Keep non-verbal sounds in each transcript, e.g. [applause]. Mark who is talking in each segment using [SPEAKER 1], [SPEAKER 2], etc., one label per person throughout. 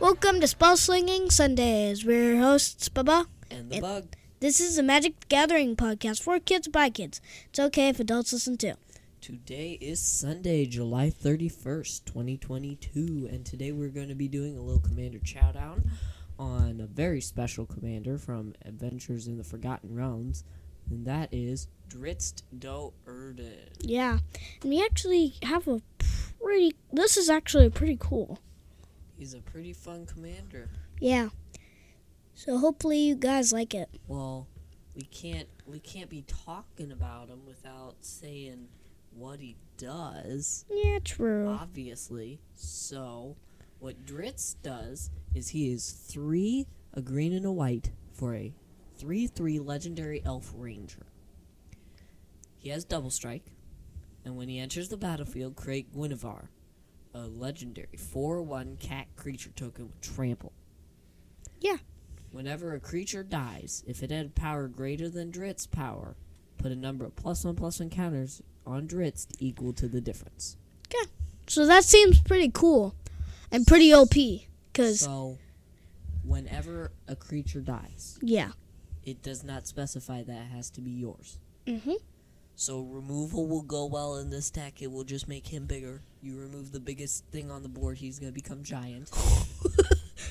[SPEAKER 1] Welcome to Spell Slinging Sundays. We're your hosts, Bubba.
[SPEAKER 2] And the
[SPEAKER 1] It-
[SPEAKER 2] bug.
[SPEAKER 1] This is a Magic the Gathering podcast for kids by kids. It's okay if adults listen too.
[SPEAKER 2] Today is Sunday, July 31st, 2022, and today we're going to be doing a little Commander Chowdown on a very special commander from Adventures in the Forgotten Realms, and that is Dritzt Do Erden.
[SPEAKER 1] Yeah. And we actually have a pretty. This is actually pretty cool.
[SPEAKER 2] He's a pretty fun commander.
[SPEAKER 1] Yeah. So hopefully you guys like it.
[SPEAKER 2] Well, we can't we can't be talking about him without saying what he does.
[SPEAKER 1] Yeah, true.
[SPEAKER 2] obviously. So, what Dritz does is he is three, a green and a white, for a 3 3 legendary elf ranger. He has double strike, and when he enters the battlefield, create Guinevere, a legendary 4 1 cat creature token with trample.
[SPEAKER 1] Yeah.
[SPEAKER 2] Whenever a creature dies, if it had power greater than Dritz's power, put a number of plus one plus one counters on Dritz equal to the difference.
[SPEAKER 1] So that seems pretty cool and pretty OP. Because,
[SPEAKER 2] So, whenever a creature dies,
[SPEAKER 1] yeah.
[SPEAKER 2] it does not specify that it has to be yours.
[SPEAKER 1] Mm-hmm.
[SPEAKER 2] So, removal will go well in this deck. It will just make him bigger. You remove the biggest thing on the board, he's going to become giant.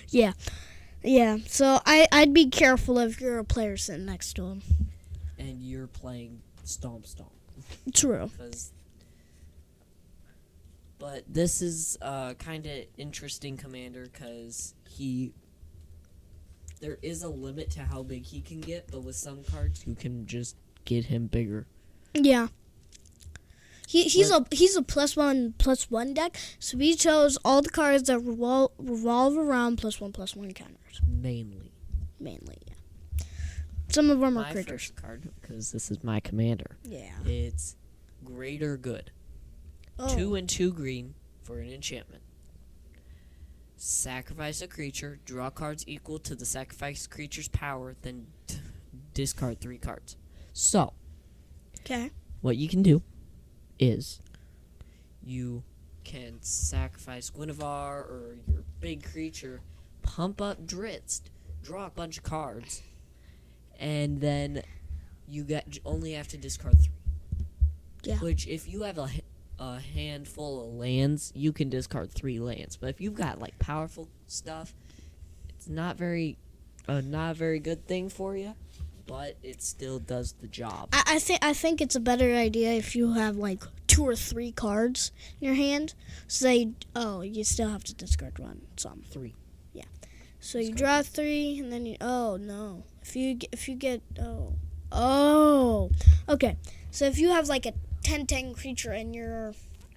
[SPEAKER 1] Yeah. So I, I'd be careful if you're a player sitting next to him.
[SPEAKER 2] And you're playing Stomp Stomp.
[SPEAKER 1] True.
[SPEAKER 2] Cause, but this is uh, kind of interesting, Commander, because he. There is a limit to how big he can get, but with some cards, you can just get him bigger.
[SPEAKER 1] Yeah. He, he's a he's a plus one plus one deck, so we chose all the cards that revol- revolve around plus one plus one counters
[SPEAKER 2] mainly.
[SPEAKER 1] mainly. Yeah. Some of them are
[SPEAKER 2] My
[SPEAKER 1] critters.
[SPEAKER 2] first card, because this is my commander.
[SPEAKER 1] Yeah.
[SPEAKER 2] It's Greater Good.
[SPEAKER 1] Oh.
[SPEAKER 2] Two and two green for an enchantment. Sacrifice a creature, draw cards equal to the sacrificed creature's power, then t- discard three cards. So,
[SPEAKER 1] Okay.
[SPEAKER 2] what you can do is you can sacrifice Guinevere or your big creature, pump up Dritz, draw a bunch of cards, and then you got j- only have to discard three.
[SPEAKER 1] Yeah.
[SPEAKER 2] Which, if you have a, h- a handful of lands, you can discard three lands. But if you've got like powerful stuff, it's not very, uh, not a very good thing for you. But it still does the job.
[SPEAKER 1] I, I think I think it's a better idea if you have like two or three cards in your hand. So they oh you still have to discard one some
[SPEAKER 2] Three.
[SPEAKER 1] Yeah. So you draw three and then you oh no if you get, if you get oh oh okay so if you have like a 10-10 creature in your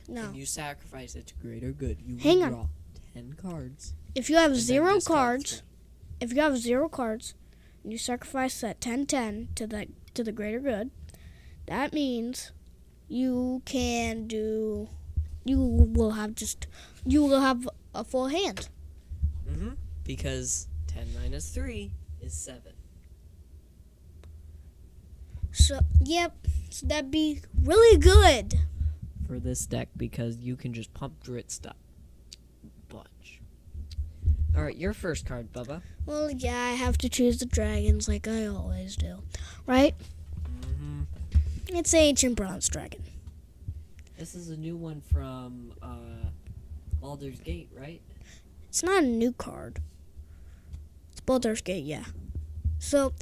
[SPEAKER 1] no
[SPEAKER 2] and you sacrifice it to greater good. You
[SPEAKER 1] Hang
[SPEAKER 2] will
[SPEAKER 1] on.
[SPEAKER 2] draw ten cards.
[SPEAKER 1] if you have
[SPEAKER 2] and then
[SPEAKER 1] zero
[SPEAKER 2] discard
[SPEAKER 1] cards if you have zero cards and you sacrifice that 10-10 to the to the greater good that means you can do you will have just you will have a full hand
[SPEAKER 2] three. Mm-hmm. Because ten minus three is seven.
[SPEAKER 1] so yep so that'd be really good
[SPEAKER 2] for this deck because you can just pump Dritz stuff. Bunch. Alright, your first card, Bubba.
[SPEAKER 1] Well, yeah, I have to choose the dragons like I always do, right?
[SPEAKER 2] Mm-hmm.
[SPEAKER 1] It's ancient bronze dragon.
[SPEAKER 2] This is a new one from uh, Baldur's Gate, right?
[SPEAKER 1] It's not a new card. It's Baldur's Gate, yeah. So,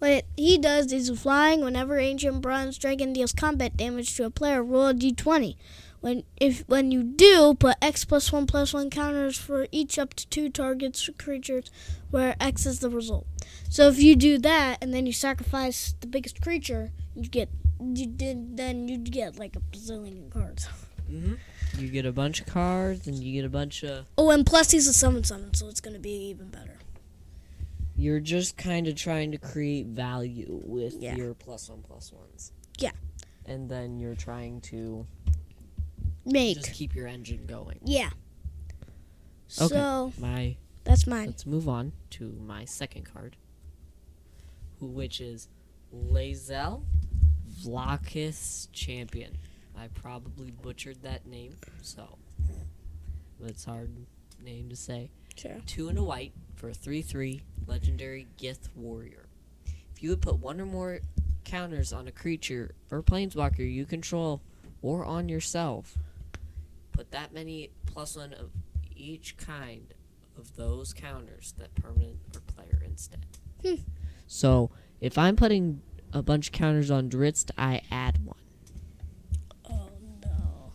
[SPEAKER 1] what he does is flying whenever ancient bronze dragon deals combat damage to a player, roll a d20. When if when you do, put x plus one plus one counters for each up to two targets or creatures, where x is the result. So if you do that and then you sacrifice the biggest creature, you get you did then you get like a bazillion cards.
[SPEAKER 2] Mm-hmm. You get a bunch of cards and you get a bunch of.
[SPEAKER 1] Oh, and plus he's a summon summon, so it's gonna be even better.
[SPEAKER 2] You're just kind of trying to create value with
[SPEAKER 1] Yeah.
[SPEAKER 2] your plus one plus ones.
[SPEAKER 1] Yeah.
[SPEAKER 2] And then you're trying to
[SPEAKER 1] Make
[SPEAKER 2] just keep your engine going.
[SPEAKER 1] Yeah.
[SPEAKER 2] Okay.
[SPEAKER 1] So
[SPEAKER 2] My
[SPEAKER 1] that's mine.
[SPEAKER 2] Let's move on to my second card, who- which is Lazel Vlachis Champion. I probably butchered that name, so it's a hard name to say.
[SPEAKER 1] Sure.
[SPEAKER 2] two and a white for a 3 3 legendary Gith warrior. If you would put one or more counters on a creature or planeswalker you control or on yourself, put that many plus one of each kind of those counters that permanent or player instead.
[SPEAKER 1] Hmm.
[SPEAKER 2] So if I'm putting a bunch of counters on Dritz, I add one.
[SPEAKER 1] Oh no.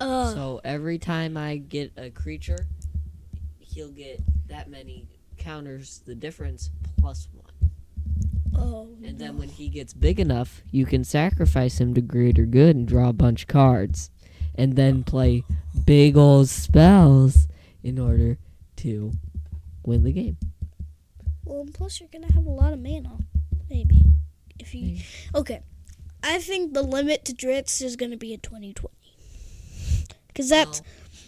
[SPEAKER 1] Uh,
[SPEAKER 2] So every time I get a creature, he'll get that many counters the difference plus one.
[SPEAKER 1] oh
[SPEAKER 2] And then when he gets big enough, you can sacrifice him to greater good and draw a bunch of cards. And then play big old spells in order to win the game.
[SPEAKER 1] Well, and plus you're gonna have a lot of mana, maybe. If you,
[SPEAKER 2] Maybe.
[SPEAKER 1] okay, I think the limit to Dritz is gonna be a 2020, because that's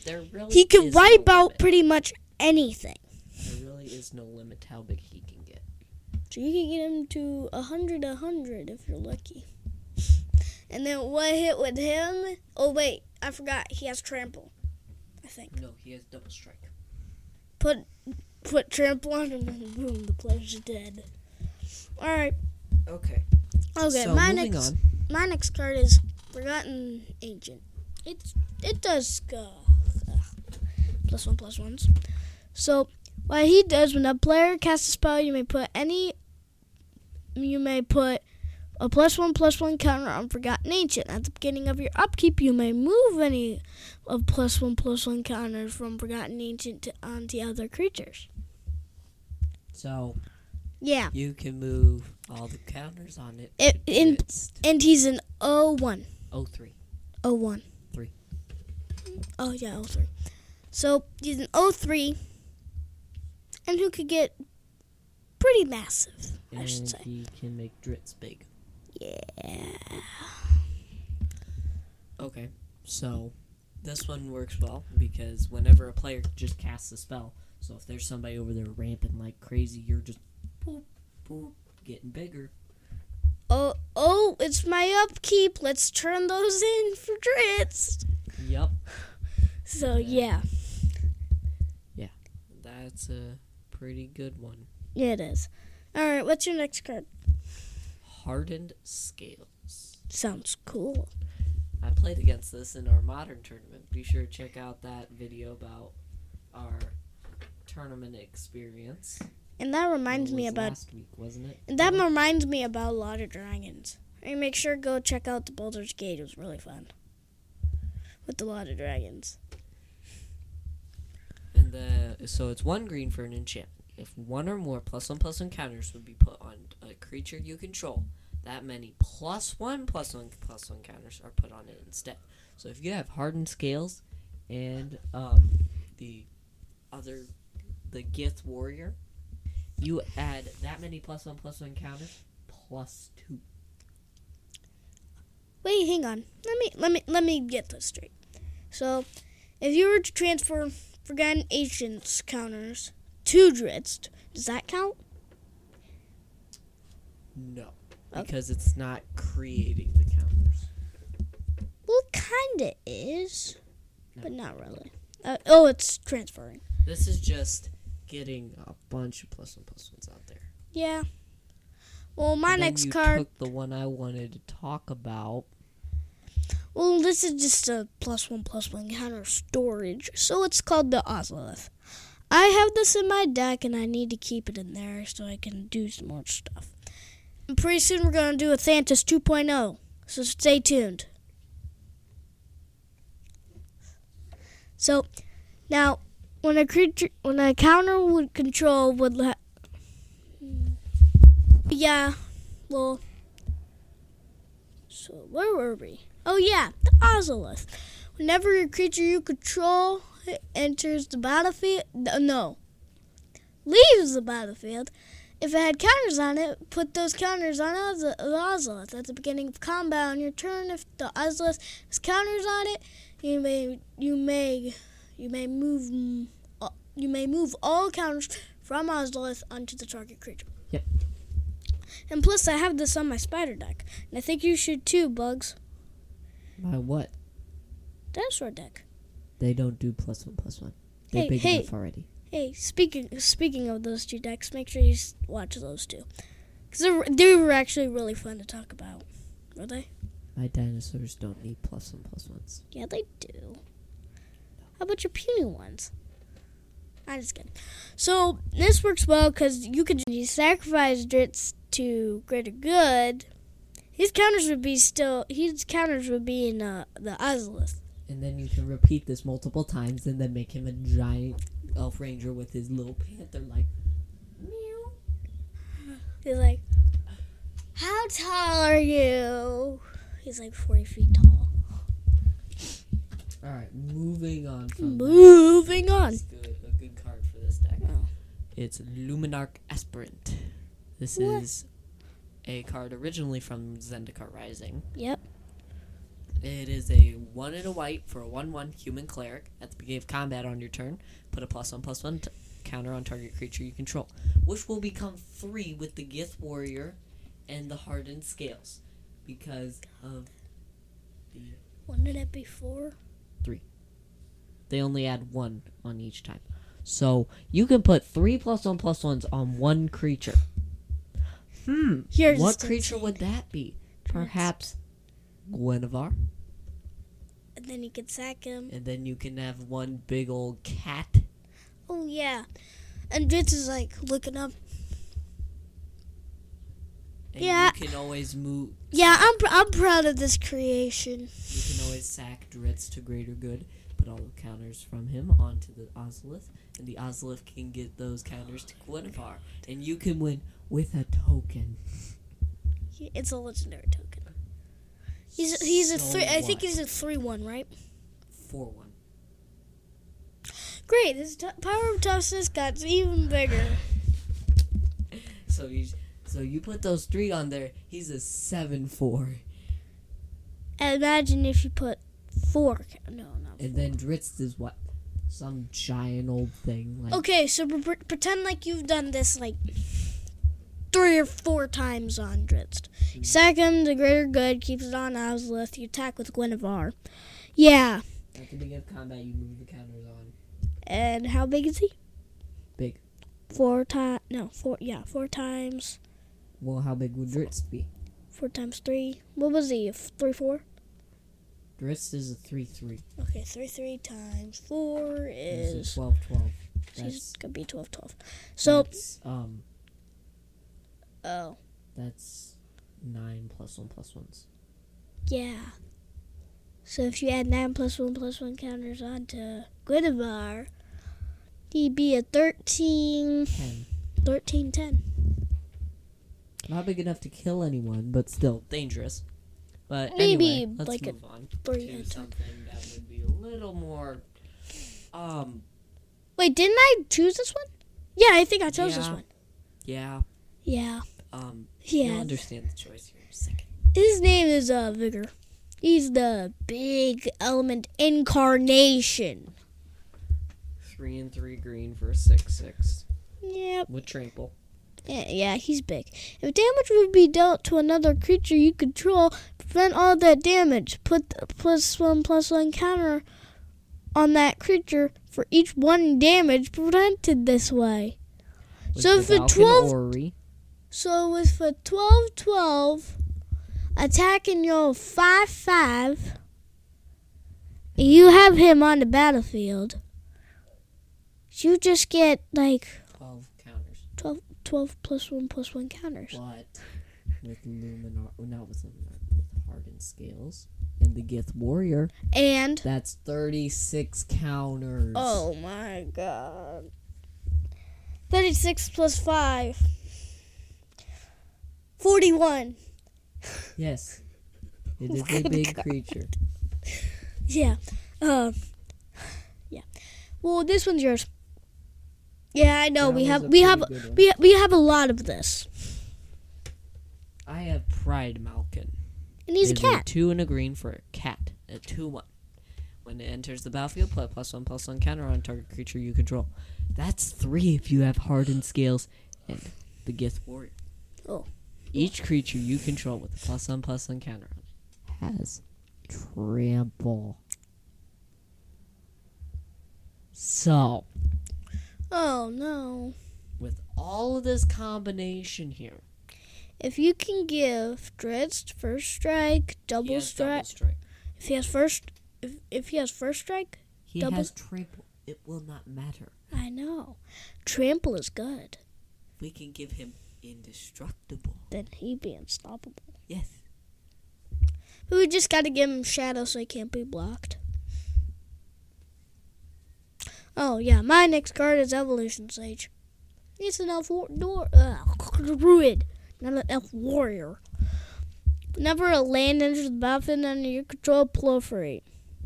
[SPEAKER 2] there really
[SPEAKER 1] he can
[SPEAKER 2] is
[SPEAKER 1] wipe
[SPEAKER 2] no
[SPEAKER 1] out
[SPEAKER 2] limit.
[SPEAKER 1] pretty much anything.
[SPEAKER 2] There really is no limit to how big he can get.
[SPEAKER 1] So you can get him to a hundred, a hundred if you're lucky. And then what hit with him? Oh wait, I forgot. He has trample. I think
[SPEAKER 2] No, he has double strike.
[SPEAKER 1] put put trample on him and boom, the player's dead. All right.
[SPEAKER 2] Okay.
[SPEAKER 1] Okay.
[SPEAKER 2] so
[SPEAKER 1] my
[SPEAKER 2] moving
[SPEAKER 1] next.
[SPEAKER 2] on.
[SPEAKER 1] My next card is Forgotten Agent. It's it does uh, uh, plus one plus ones. So what he does when a player casts a spell, you may put any you may put a plus one plus one counter on Forgotten Agent. At the beginning of your upkeep, you may move any of plus one plus one counters from Forgotten Agent to onto other creatures.
[SPEAKER 2] So
[SPEAKER 1] Yeah,
[SPEAKER 2] you can move all the counters on it.
[SPEAKER 1] It-
[SPEAKER 2] to
[SPEAKER 1] in-
[SPEAKER 2] Dritz.
[SPEAKER 1] and he's an O one.
[SPEAKER 2] Oh three.
[SPEAKER 1] O one.
[SPEAKER 2] Three.
[SPEAKER 1] Oh yeah, O three. So he's an O three, and who could get pretty massive, I should
[SPEAKER 2] And
[SPEAKER 1] say.
[SPEAKER 2] he can make Dritz big.
[SPEAKER 1] Yeah.
[SPEAKER 2] Okay, so this one works well because whenever a player just casts a spell, so if there's somebody over there ramping like crazy, you're just boop, boop, getting bigger.
[SPEAKER 1] Oh oh, it's my upkeep. Let's turn those in for Dritz.
[SPEAKER 2] Yep.
[SPEAKER 1] So yeah,
[SPEAKER 2] That's a pretty good one.
[SPEAKER 1] yeah it is. All right, what's your next card?
[SPEAKER 2] Hardened Scales.
[SPEAKER 1] Sounds cool.
[SPEAKER 2] I played against this in our modern tournament. Be sure to check out that video about our tournament experience.
[SPEAKER 1] And that reminds
[SPEAKER 2] It
[SPEAKER 1] me
[SPEAKER 2] was
[SPEAKER 1] about
[SPEAKER 2] last week, wasn't it?
[SPEAKER 1] and that reminds me about a lot of dragons. And make sure go check out the Boulder's Gate. It was really fun with a lot of dragons.
[SPEAKER 2] And the so it's one green for an enchantment. If one or more plus one plus one counters would be put on a creature you control, that many plus one plus one plus one counters are put on it instead. So if you have hardened scales and um, the other the Gith warrior, you add that many plus one plus one counters plus two.
[SPEAKER 1] Wait, hang on. Let me let me let me get this straight. So, if you were to transfer forgotten agents counters to Dritz, does that count?
[SPEAKER 2] No,
[SPEAKER 1] Okay.
[SPEAKER 2] because it's not creating the counters.
[SPEAKER 1] Well, it kinda is,
[SPEAKER 2] No.
[SPEAKER 1] but not really. Uh, oh, it's transferring.
[SPEAKER 2] This is just getting a bunch of plus one plus ones out there.
[SPEAKER 1] Yeah. Well, my
[SPEAKER 2] And then
[SPEAKER 1] next
[SPEAKER 2] you
[SPEAKER 1] card.
[SPEAKER 2] Took the one I wanted to talk about.
[SPEAKER 1] well, this is just a plus one plus one counter storage, so it's called the Ozolith. I have this in my deck, and I need to keep it in there so I can do some more stuff. And pretty soon we're gonna do a Thantis 2.0, so stay tuned. So, now when a creature, when a counter would control would let, yeah, well. So where were we? Oh yeah, the Ozolith. Whenever your creature you control enters the battlefield, uh, no, leaves the battlefield, if it had counters on it, put those counters on Oz- the Ozolith at the beginning of combat on your turn. If the Ozolith has counters on it, you may you may you may move mm, uh, you may move all counters from Ozolith onto the target creature.
[SPEAKER 2] Yep.
[SPEAKER 1] And plus, I have this on my spider deck, and I think you should too, Bugs.
[SPEAKER 2] My what?
[SPEAKER 1] Dinosaur deck.
[SPEAKER 2] They don't do plus one plus one. They're
[SPEAKER 1] Hey,
[SPEAKER 2] big
[SPEAKER 1] hey.
[SPEAKER 2] enough already.
[SPEAKER 1] Hey, speaking speaking of those two decks, make sure you s- watch those two, because they were, they were actually really fun to talk about. Were they?
[SPEAKER 2] My dinosaurs don't need plus one plus ones.
[SPEAKER 1] Yeah, they do. How about your puny ones? I'm just kidding. So this works well because you could you sacrifice Dritz to greater good. His counters would be still. His counters would be in uh, the Ozolith.
[SPEAKER 2] And then you can repeat this multiple times and then make him a giant elf ranger with his little panther like meow.
[SPEAKER 1] He's like, "How tall are you?" He's like forty feet tall.
[SPEAKER 2] Alright, moving on
[SPEAKER 1] Mm-hmm.
[SPEAKER 2] from that.
[SPEAKER 1] Moving on.
[SPEAKER 2] This is good- a good card for this deck.
[SPEAKER 1] Oh.
[SPEAKER 2] It's Luminarch Aspirant. This
[SPEAKER 1] What?
[SPEAKER 2] is a card originally from Zendikar Rising.
[SPEAKER 1] Yep.
[SPEAKER 2] It is a one and a white for a one-one human cleric. At the beginning of combat on your turn, put a plus one plus one t- counter on target creature you control, which will become three with the Gith Warrior and the Hardened Scales because of the
[SPEAKER 1] Wasn't it before?
[SPEAKER 2] They only add one on each time. So you can put three plus one plus ones on one creature. Hmm.
[SPEAKER 1] Here's
[SPEAKER 2] what
[SPEAKER 1] just
[SPEAKER 2] creature
[SPEAKER 1] insane.
[SPEAKER 2] would that be? Perhaps Guinevere.
[SPEAKER 1] And then you could sack him.
[SPEAKER 2] And then you can have one big old cat.
[SPEAKER 1] Oh yeah. And Dritz is like looking up.
[SPEAKER 2] And
[SPEAKER 1] Yeah.
[SPEAKER 2] you can always move
[SPEAKER 1] Yeah, I'm pr- I'm proud of this creation.
[SPEAKER 2] you can always sack Dritz to greater good, put all the counters from him onto the Ozolith, and the Ozolith can get those counters to Guinevere. And you can win with a token.
[SPEAKER 1] It's a legendary token. He's he's a
[SPEAKER 2] So
[SPEAKER 1] three. I think
[SPEAKER 2] what?
[SPEAKER 1] he's a three one, right?
[SPEAKER 2] four one.
[SPEAKER 1] Great. His t- power of toughness got even bigger.
[SPEAKER 2] So you so you put those three on there. He's a seven four,
[SPEAKER 1] And imagine if you put four. ca- No, not.
[SPEAKER 2] and then Dritz is what some giant old thing like
[SPEAKER 1] Okay, so pre- pre- pretend like you've done this like three or four times on Dritz. You sack him. The greater good keeps it on Ozlith. You attack with Guinevere. Yeah.
[SPEAKER 2] at the beginning of combat you move the counters on.
[SPEAKER 1] And how big is he?
[SPEAKER 2] Big.
[SPEAKER 1] Four times. No, four. Yeah, four times.
[SPEAKER 2] Well, how big would Dritz be?
[SPEAKER 1] Four times three. What was he? F- Three, four?
[SPEAKER 2] Dritz is a three three.
[SPEAKER 1] Okay, three, three times four
[SPEAKER 2] This is
[SPEAKER 1] is.
[SPEAKER 2] twelve twelve.
[SPEAKER 1] She's
[SPEAKER 2] That's
[SPEAKER 1] gonna be 12, 12. So,
[SPEAKER 2] that's, um
[SPEAKER 1] oh,
[SPEAKER 2] that's nine plus one plus ones.
[SPEAKER 1] yeah. So if you add 9 plus 1 plus 1 counters onto Guinevere, he'd be a 13,
[SPEAKER 2] Ten.
[SPEAKER 1] 13, 10.
[SPEAKER 2] Not big enough to kill anyone, but still dangerous. But
[SPEAKER 1] Maybe,
[SPEAKER 2] anyway, let's
[SPEAKER 1] like, a
[SPEAKER 2] move on.
[SPEAKER 1] Three
[SPEAKER 2] to
[SPEAKER 1] and 10.
[SPEAKER 2] something that would be a little more um
[SPEAKER 1] Wait, didn't I choose this one? Yeah, I think I chose this
[SPEAKER 2] Yeah.
[SPEAKER 1] one.
[SPEAKER 2] yeah
[SPEAKER 1] Yeah.
[SPEAKER 2] um you'll
[SPEAKER 1] Yeah.
[SPEAKER 2] understand the choice here in a second
[SPEAKER 1] His name is uh, Vigor. He's the big element incarnation.
[SPEAKER 2] three and three green for a six six
[SPEAKER 1] Yep.
[SPEAKER 2] with trample
[SPEAKER 1] Yeah, yeah, he's big. If damage would be dealt to another creature you control, prevent all that damage. Put the plus one plus one counter on that creature for each one damage prevented this way.
[SPEAKER 2] with
[SPEAKER 1] So
[SPEAKER 2] the
[SPEAKER 1] for
[SPEAKER 2] Falcon
[SPEAKER 1] 12
[SPEAKER 2] Orrery.
[SPEAKER 1] So with for 12 12, attacking your 5 5, you have him on the battlefield. You just get like
[SPEAKER 2] 12 counters
[SPEAKER 1] 12 plus 1 plus 1 counters.
[SPEAKER 2] but with luminar well, not with luminar with hardened scales and the gith warrior
[SPEAKER 1] And
[SPEAKER 2] that's 36 counters
[SPEAKER 1] Oh my god. 36 plus 5. 41.
[SPEAKER 2] yes
[SPEAKER 1] [laughs]
[SPEAKER 2] it is a big creature
[SPEAKER 1] Yeah. Um Yeah. Well, this one's yours. Yeah, I know.
[SPEAKER 2] That
[SPEAKER 1] we
[SPEAKER 2] was
[SPEAKER 1] have
[SPEAKER 2] a
[SPEAKER 1] we have
[SPEAKER 2] pretty good one.
[SPEAKER 1] we, ha- we have a lot of this.
[SPEAKER 2] i have pride malkin
[SPEAKER 1] And he's a
[SPEAKER 2] is a
[SPEAKER 1] cat.
[SPEAKER 2] two and a green for a cat. A two one. When it enters the battlefield, play plus one plus one counter on target creature you control. That's three if you have hardened scales and the Gith Warrior.
[SPEAKER 1] Oh.
[SPEAKER 2] Each creature you control with a plus one plus one counter on it has trample. So
[SPEAKER 1] Oh no.
[SPEAKER 2] With all of this combination here,
[SPEAKER 1] If you can give Dritz first strike,
[SPEAKER 2] he
[SPEAKER 1] double
[SPEAKER 2] has double
[SPEAKER 1] strike.
[SPEAKER 2] strike.
[SPEAKER 1] If he has first, if, if he has first strike,
[SPEAKER 2] He
[SPEAKER 1] Double-
[SPEAKER 2] has triple. It will not matter.
[SPEAKER 1] I know. Trample is good.
[SPEAKER 2] We can give him indestructible.
[SPEAKER 1] Then he'd be unstoppable.
[SPEAKER 2] Yes.
[SPEAKER 1] But we just gotta give him shadow so he can't be blocked. Oh yeah, my next card is Evolution Sage. It's an elf war- door- uh, druid, not an elf warrior. Whenever a land enters the battlefield under your control, proliferate.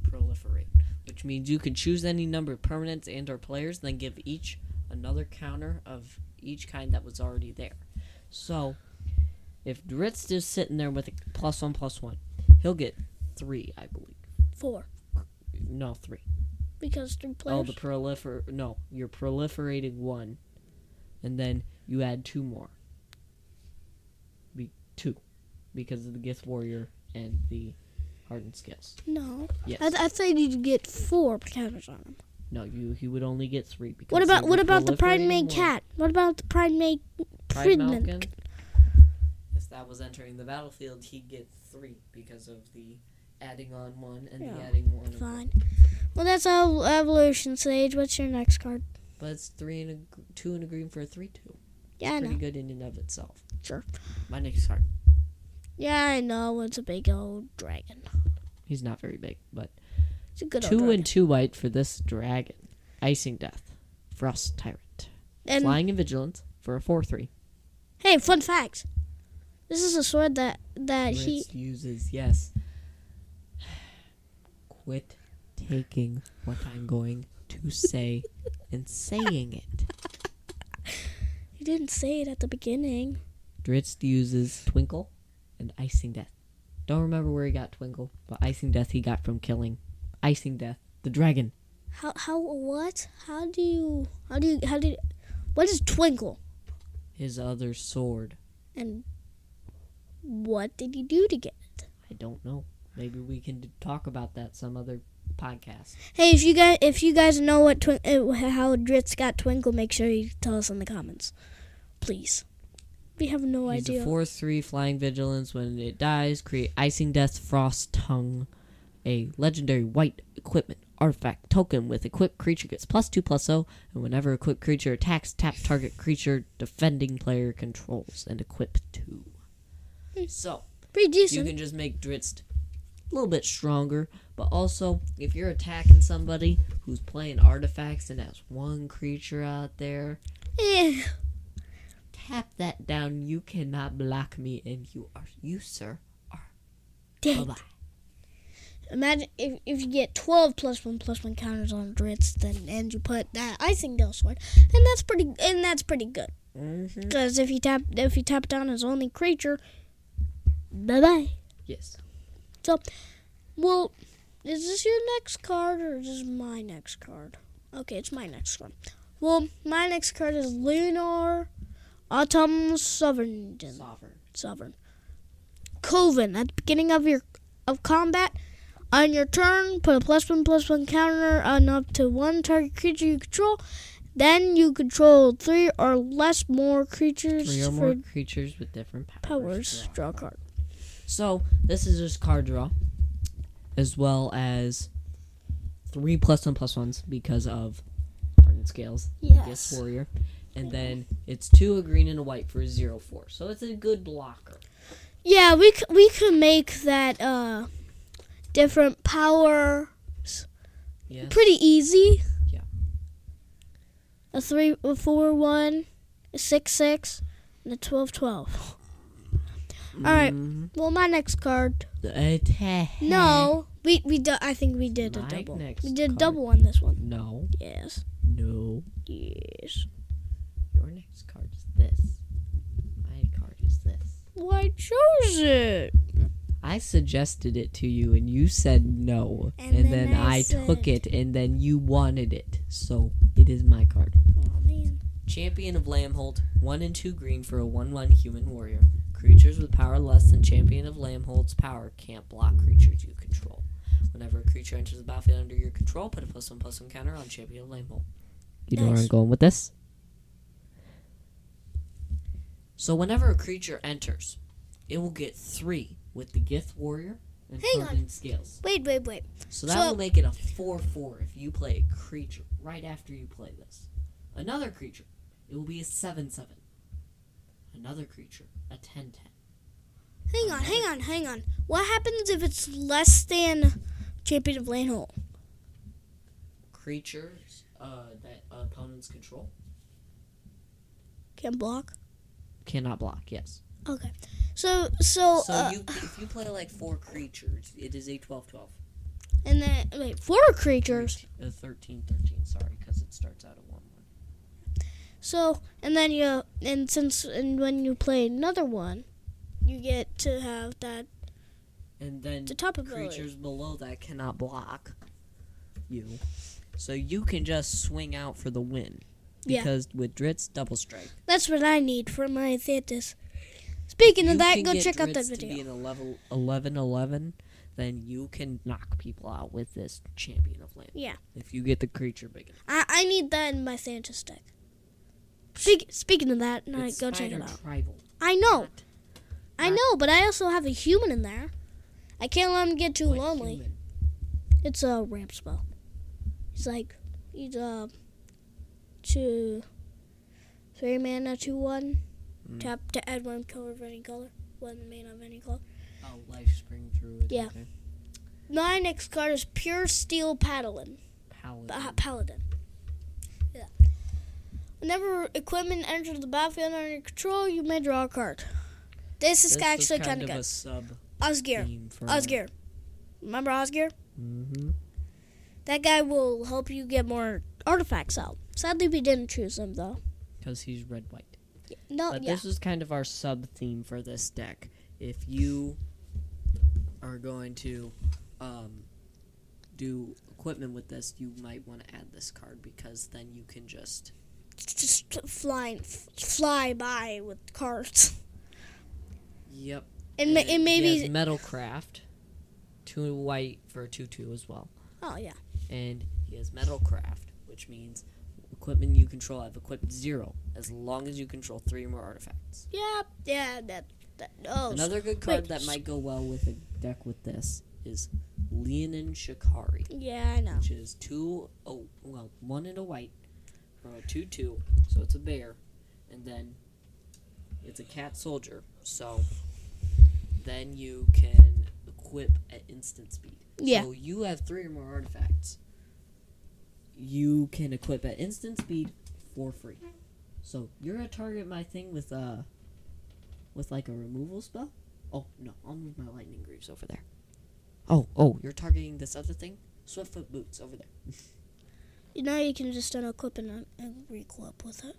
[SPEAKER 2] proliferate, which means you can choose any number of permanents and or players, then give each another counter of each kind that was already there. So if Dritz is sitting there with a plus one plus one, he'll get three, I believe.
[SPEAKER 1] Four,
[SPEAKER 2] No, three.
[SPEAKER 1] because three
[SPEAKER 2] Oh,
[SPEAKER 1] players.
[SPEAKER 2] the prolifer. No, you're proliferating one, and then you add two more. Be two, because of the Gith Warrior and the hardened skills.
[SPEAKER 1] no,
[SPEAKER 2] Yes.
[SPEAKER 1] I, th- I said you'd get four counters on him.
[SPEAKER 2] No, you he would only get three. Because
[SPEAKER 1] What
[SPEAKER 2] they
[SPEAKER 1] about
[SPEAKER 2] were
[SPEAKER 1] what about the Pride
[SPEAKER 2] proliferating
[SPEAKER 1] Maid
[SPEAKER 2] more.
[SPEAKER 1] cat? What about the Pride Maid
[SPEAKER 2] Pride
[SPEAKER 1] Pridman?
[SPEAKER 2] Malkin? If that was entering the battlefield, he'd get three because of the adding on one and the
[SPEAKER 1] Yeah.
[SPEAKER 2] adding one.
[SPEAKER 1] Fine. Well, that's all evolution sage. What's your next card?
[SPEAKER 2] But it's three and a, gr- two and a green for a three-two.
[SPEAKER 1] Yeah, I
[SPEAKER 2] Pretty
[SPEAKER 1] know.
[SPEAKER 2] good in and of itself.
[SPEAKER 1] Sure.
[SPEAKER 2] My next card.
[SPEAKER 1] Yeah, I know. It's a big old dragon.
[SPEAKER 2] He's not very big, but
[SPEAKER 1] It's a good old
[SPEAKER 2] two
[SPEAKER 1] dragon.
[SPEAKER 2] and two white for this dragon. Icing Death, Frost Tyrant,
[SPEAKER 1] And
[SPEAKER 2] Flying and Vigilance for a four-three.
[SPEAKER 1] hey, fun fact. This is a sword that that he
[SPEAKER 2] Ritz uses yes. Quit taking what I'm going to say and saying it.
[SPEAKER 1] he didn't say it at the beginning.
[SPEAKER 2] Dritz uses Twinkle and Icing Death. Don't remember where he got Twinkle, but Icing Death he got from killing Icing Death, the dragon.
[SPEAKER 1] How how what? How do you how do you how do you, what is twinkle
[SPEAKER 2] His other sword.
[SPEAKER 1] and what did he do to get?
[SPEAKER 2] I don't know. Maybe we can d- talk about that some other podcast.
[SPEAKER 1] Hey, if you guys if you guys know what twin, uh, how Dritz got Twinkle, make sure you tell us in the comments, please. We have no
[SPEAKER 2] He's
[SPEAKER 1] idea.
[SPEAKER 2] a four three flying vigilance. When it dies, create icing death frost tongue, a legendary white equipment artifact token with equipped creature gets plus two plus zero, and whenever equipped creature attacks, tap target creature defending player controls and equip two. So
[SPEAKER 1] Pretty
[SPEAKER 2] you
[SPEAKER 1] decent.
[SPEAKER 2] can just make Dritz a little bit stronger, but also if you're attacking somebody who's playing artifacts and has one creature out there,
[SPEAKER 1] Eh,
[SPEAKER 2] tap that down. You cannot block me, and you are you, sir.
[SPEAKER 1] dang.
[SPEAKER 2] Bye-bye.
[SPEAKER 1] Imagine if, if you get twelve plus one plus one counters on Dritz, then and you put that icing Dale sword, and that's pretty and that's pretty good.
[SPEAKER 2] Mm-hmm.
[SPEAKER 1] Because if you tap if you tap down his only creature, bye bye.
[SPEAKER 2] Yes.
[SPEAKER 1] Well, is this your next card or is this my next card? Okay, it's my next one. Well, my next card is Lunar Autumn Sovereign.
[SPEAKER 2] Sovereign.
[SPEAKER 1] Sovereign. Coven. At the beginning of your of combat, on your turn, put a plus one plus one counter on up to one target creature you control. Then you control three or less more creatures
[SPEAKER 2] Three or
[SPEAKER 1] for
[SPEAKER 2] more creatures with different powers.
[SPEAKER 1] powers. Draw a card.
[SPEAKER 2] So this is just card draw, as well as three plus one plus ones because of hardened scales.
[SPEAKER 1] Yes.
[SPEAKER 2] Yes. Warrior. And then it's two a green and a white for a zero four. So it's a good blocker.
[SPEAKER 1] Yeah, we c- we could make that uh different power
[SPEAKER 2] Yeah.
[SPEAKER 1] pretty easy.
[SPEAKER 2] Yeah.
[SPEAKER 1] A three, a four, one, a six, six, and a twelve, twelve. [laughs] All right. Well, my next card.
[SPEAKER 2] Mm-hmm. Attack.
[SPEAKER 1] No, we we do, I think we did a
[SPEAKER 2] My
[SPEAKER 1] double.
[SPEAKER 2] next
[SPEAKER 1] we did a
[SPEAKER 2] card.
[SPEAKER 1] double on this one.
[SPEAKER 2] No.
[SPEAKER 1] Yes.
[SPEAKER 2] No.
[SPEAKER 1] Yes.
[SPEAKER 2] Your next card is this. My card is this.
[SPEAKER 1] Well, I chose it.
[SPEAKER 2] I suggested it to you and you said no.
[SPEAKER 1] And
[SPEAKER 2] And,
[SPEAKER 1] then
[SPEAKER 2] then,
[SPEAKER 1] I
[SPEAKER 2] I, took
[SPEAKER 1] said-
[SPEAKER 2] it and then you wanted it. So it is my card.
[SPEAKER 1] Oh man.
[SPEAKER 2] Champion of Lamholt, 1 and 2 green for a 1 1 human warrior. Creatures with power less than Champion of Lamholt's power can't block creatures you control. Whenever a creature enters the battlefield under your control, put a plus 1 plus 1 counter on Champion of Lamholt.
[SPEAKER 3] You know where I'm
[SPEAKER 1] Nice.
[SPEAKER 3] going with this?
[SPEAKER 2] So whenever a creature enters, it will get three with the Gith Warrior and
[SPEAKER 1] Hang on.
[SPEAKER 2] Fervent Scales.
[SPEAKER 1] Wait, wait, wait.
[SPEAKER 2] So that
[SPEAKER 1] So-
[SPEAKER 2] will make it a 4 4 if you play a creature right after you play this. Another creature, it will be a 7 7. Another creature, a 10 10.
[SPEAKER 1] Hang on, hang on, hang on. What happens if it's less than Champion of Landhole?
[SPEAKER 2] Creatures uh, that opponents control
[SPEAKER 1] Can block?
[SPEAKER 2] cannot block, yes.
[SPEAKER 1] Okay. So, so,
[SPEAKER 2] So
[SPEAKER 1] uh,
[SPEAKER 2] you, if you play like four creatures, it is a 12 12.
[SPEAKER 1] and then, wait, four creatures.
[SPEAKER 2] Uh, 13 13, sorry, because it starts out at 1 1.
[SPEAKER 1] So, and then you, and since, and when you play another one, you get to have that,
[SPEAKER 2] And then
[SPEAKER 1] the top ability.
[SPEAKER 2] creatures below that cannot block you. So you can just swing out for the win.
[SPEAKER 1] Yeah.
[SPEAKER 2] Because with Dritz double strike,
[SPEAKER 1] That's what I need for my theaters. Speaking
[SPEAKER 2] you
[SPEAKER 1] of that,
[SPEAKER 2] can
[SPEAKER 1] go
[SPEAKER 2] get
[SPEAKER 1] check out that
[SPEAKER 2] Dritz to
[SPEAKER 1] video.
[SPEAKER 2] be in a level 11 11, then you can knock people out with this champion of land.
[SPEAKER 1] Yeah.
[SPEAKER 2] If you get the creature big enough.
[SPEAKER 1] I, I need that in my Santa stick. Speak, speaking of that, and I
[SPEAKER 2] It's
[SPEAKER 1] go check it
[SPEAKER 2] spider
[SPEAKER 1] out.
[SPEAKER 2] Tribal.
[SPEAKER 1] I know,
[SPEAKER 2] not-
[SPEAKER 1] I
[SPEAKER 2] not-
[SPEAKER 1] know, but I also have a human in there. I can't let him get too
[SPEAKER 2] What
[SPEAKER 1] lonely.
[SPEAKER 2] human?
[SPEAKER 1] It's a ramp spell. He's like, he's uh, two, three mana, two one.
[SPEAKER 2] Mm.
[SPEAKER 1] Tap to add one color of any color, one mana of any color.
[SPEAKER 2] Oh, Life Spring Druid.
[SPEAKER 1] Yeah.
[SPEAKER 2] okay.
[SPEAKER 1] My next card is Pure Steel Paladin.
[SPEAKER 2] Paladin.
[SPEAKER 1] uh, paladin. Yeah. Whenever equipment enters the battlefield under your control, you may draw a card. This is
[SPEAKER 2] This
[SPEAKER 1] actually
[SPEAKER 2] was
[SPEAKER 1] kind of
[SPEAKER 2] a
[SPEAKER 1] good.
[SPEAKER 2] sub
[SPEAKER 1] Osgear.
[SPEAKER 2] theme for
[SPEAKER 1] Osgear. Remember Osgear?
[SPEAKER 2] Mm-hmm.
[SPEAKER 1] That guy will help you get more artifacts out. Sadly, we didn't choose him though.
[SPEAKER 2] Because he's red white.
[SPEAKER 1] No,
[SPEAKER 2] But
[SPEAKER 1] yeah.
[SPEAKER 2] this is kind of our sub theme for this deck. If you are going to um, do equipment with this, you might want to add this card because then you can just
[SPEAKER 1] Just flying, f- fly by with cards.
[SPEAKER 2] yep.
[SPEAKER 1] [laughs] And, ma-
[SPEAKER 2] it-
[SPEAKER 1] and maybe.
[SPEAKER 2] he has metal craft, two white for two two as well,
[SPEAKER 1] oh, yeah.
[SPEAKER 2] and he has metal craft, which means equipment you control have equipped zero as long as you control three or more artifacts.
[SPEAKER 1] Yeah, yeah, that. that oh, so-
[SPEAKER 2] Another good card
[SPEAKER 1] wait,
[SPEAKER 2] that
[SPEAKER 1] s-
[SPEAKER 2] might go well with a deck with this is Leonin Shikari.
[SPEAKER 1] Yeah, I know.
[SPEAKER 2] which is two oh well one and a white for a two two so it's a bear and then it's a cat soldier so then you can equip at instant speed
[SPEAKER 1] Yeah.
[SPEAKER 2] so you have three or more artifacts you can equip at instant speed for free so you're gonna target my thing with uh with like a removal spell oh no i'll move my lightning greaves over there oh oh you're targeting this other thing Swiftfoot boots over there.
[SPEAKER 1] You know you can just unequip and, un- and requip with it.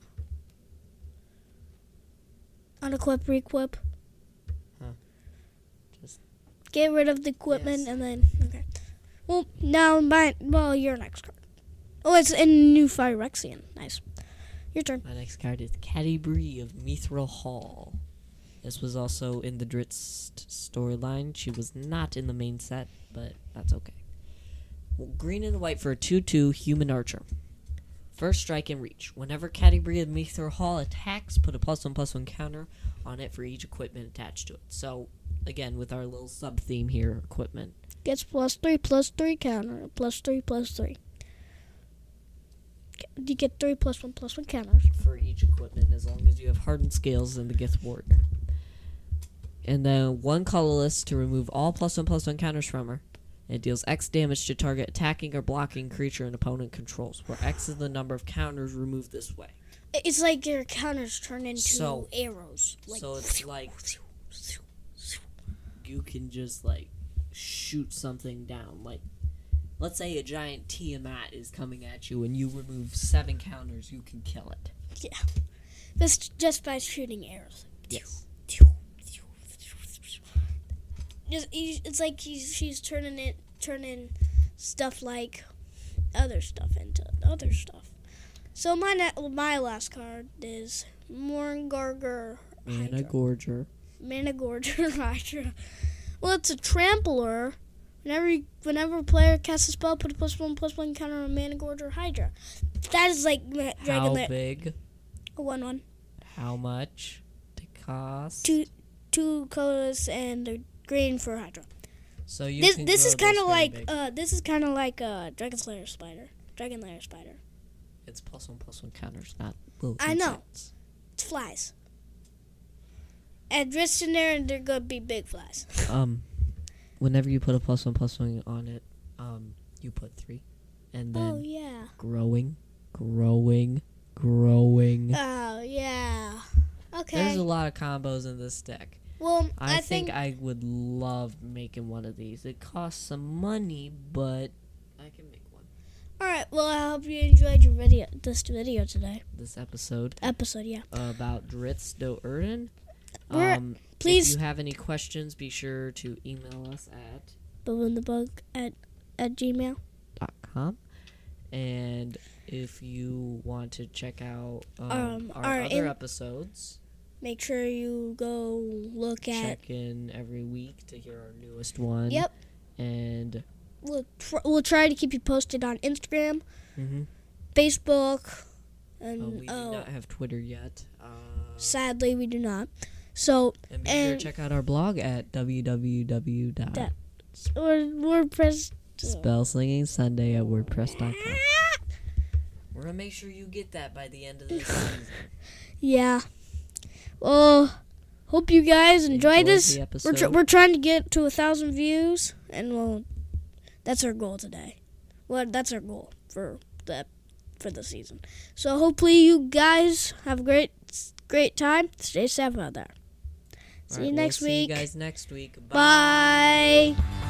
[SPEAKER 1] Unequip, requip.
[SPEAKER 2] Huh. Just-
[SPEAKER 1] get rid of the equipment
[SPEAKER 2] Yes.
[SPEAKER 1] and then okay. Well, now my well your next card. Oh, it's a new Phyrexian. Nice. Your turn.
[SPEAKER 2] My next card is Caddy Bree of Mithril Hall. This was also in the Dritz storyline. She was not in the main set, but that's okay. Well, green and white for a 2 2 human archer. First strike and reach. Whenever Caddy Bree of Mithril Hall attacks, put a plus 1 plus 1 counter on it for each equipment attached to it. So, again, with our little sub theme here equipment.
[SPEAKER 1] Gets plus three, plus three counter, plus three, plus three. G- You get three plus one plus one counters.
[SPEAKER 2] for each equipment as long as you have hardened scales and the Gith Warrior. And then one colorless to remove all plus one plus one counters from her. It deals X damage to target attacking or blocking creature an opponent controls, where X is the number of counters removed this way.
[SPEAKER 1] I- It's like your counters turn into
[SPEAKER 2] So-
[SPEAKER 1] arrows. Like, [laughs]
[SPEAKER 2] so it's like you can just like shoot something down. Like let's say a giant Tiamat is coming at you and you remove seven counters, you can kill it.
[SPEAKER 1] just just by shooting arrows.
[SPEAKER 2] Yes.
[SPEAKER 1] Just- he's- It's like he's, she's turning it, turning stuff like other stuff into other stuff. So my na- my last card is Morngarger
[SPEAKER 2] And a
[SPEAKER 1] Hydra.
[SPEAKER 2] gorger.
[SPEAKER 1] Managorger Hydra. [laughs] Well, it's a trampler. Whenever you, whenever a player casts a spell, put a plus one plus one counter on Managorger Hydra. That is like ma-
[SPEAKER 2] How
[SPEAKER 1] Dragon Lair.
[SPEAKER 2] big?
[SPEAKER 1] A one one.
[SPEAKER 2] How much? To cost?
[SPEAKER 1] Two two colors and a green for Hydra.
[SPEAKER 2] So you
[SPEAKER 1] This
[SPEAKER 2] can
[SPEAKER 1] this
[SPEAKER 2] grow
[SPEAKER 1] is kind of
[SPEAKER 2] pretty
[SPEAKER 1] like
[SPEAKER 2] big.
[SPEAKER 1] uh this is kind of like uh Dragon Slayer spider. Dragon Lair spider.
[SPEAKER 2] it's plus one plus one counters, not little
[SPEAKER 1] I know.
[SPEAKER 2] insects.
[SPEAKER 1] It's flies. Add wrist in there and they're gonna be big flies.
[SPEAKER 2] [laughs] Um, whenever you put a plus one plus one on it, um, you put three, and then
[SPEAKER 1] Oh yeah.
[SPEAKER 2] growing, growing, growing.
[SPEAKER 1] Oh yeah.
[SPEAKER 2] There's
[SPEAKER 1] Okay.
[SPEAKER 2] a lot of combos in this deck.
[SPEAKER 1] well,
[SPEAKER 2] I,
[SPEAKER 1] I,
[SPEAKER 2] think, I would love making one of these. It costs some money, but I can make one.
[SPEAKER 1] All right. Well, I hope you enjoyed your video, this video today
[SPEAKER 2] This episode
[SPEAKER 1] episode. Yeah.
[SPEAKER 2] about Dritz Do Erden.
[SPEAKER 1] We're-
[SPEAKER 2] Um,
[SPEAKER 1] Please,
[SPEAKER 2] If you have any questions, be sure to email us at
[SPEAKER 1] boo in the bug at at Gmail.
[SPEAKER 2] .com. And if you want to check out um,
[SPEAKER 1] Um,
[SPEAKER 2] our,
[SPEAKER 1] our
[SPEAKER 2] other
[SPEAKER 1] in-
[SPEAKER 2] episodes,
[SPEAKER 1] Make sure you go look at.
[SPEAKER 2] check in every week to hear our newest one.
[SPEAKER 1] Yep.
[SPEAKER 2] And
[SPEAKER 1] We'll tr- we'll try to keep you posted on Instagram,
[SPEAKER 2] mhm.
[SPEAKER 1] Facebook,
[SPEAKER 2] Uh,
[SPEAKER 1] and
[SPEAKER 2] we do
[SPEAKER 1] oh,
[SPEAKER 2] not have Twitter yet. Uh,
[SPEAKER 1] sadly we do not. So
[SPEAKER 2] And be sure to
[SPEAKER 1] And-
[SPEAKER 2] check out our blog at www.
[SPEAKER 1] Dot- we're WordPress.
[SPEAKER 2] Spellslinging Sunday at WordPress.com. We're gonna make sure you get that by the end of this season.
[SPEAKER 1] Yeah. Well, hope you guys enjoy
[SPEAKER 2] Enjoyed
[SPEAKER 1] this.
[SPEAKER 2] the
[SPEAKER 1] We're, tr-
[SPEAKER 2] episode.
[SPEAKER 1] we're trying to get to a thousand views, and well, that's our goal today. Well, that's our goal for the for the season. So hopefully you guys have a great great time. Stay safe out there. See
[SPEAKER 2] Alright,
[SPEAKER 1] you
[SPEAKER 2] we'll
[SPEAKER 1] next
[SPEAKER 2] See you
[SPEAKER 1] week.
[SPEAKER 2] guys next week. Bye.
[SPEAKER 1] Bye.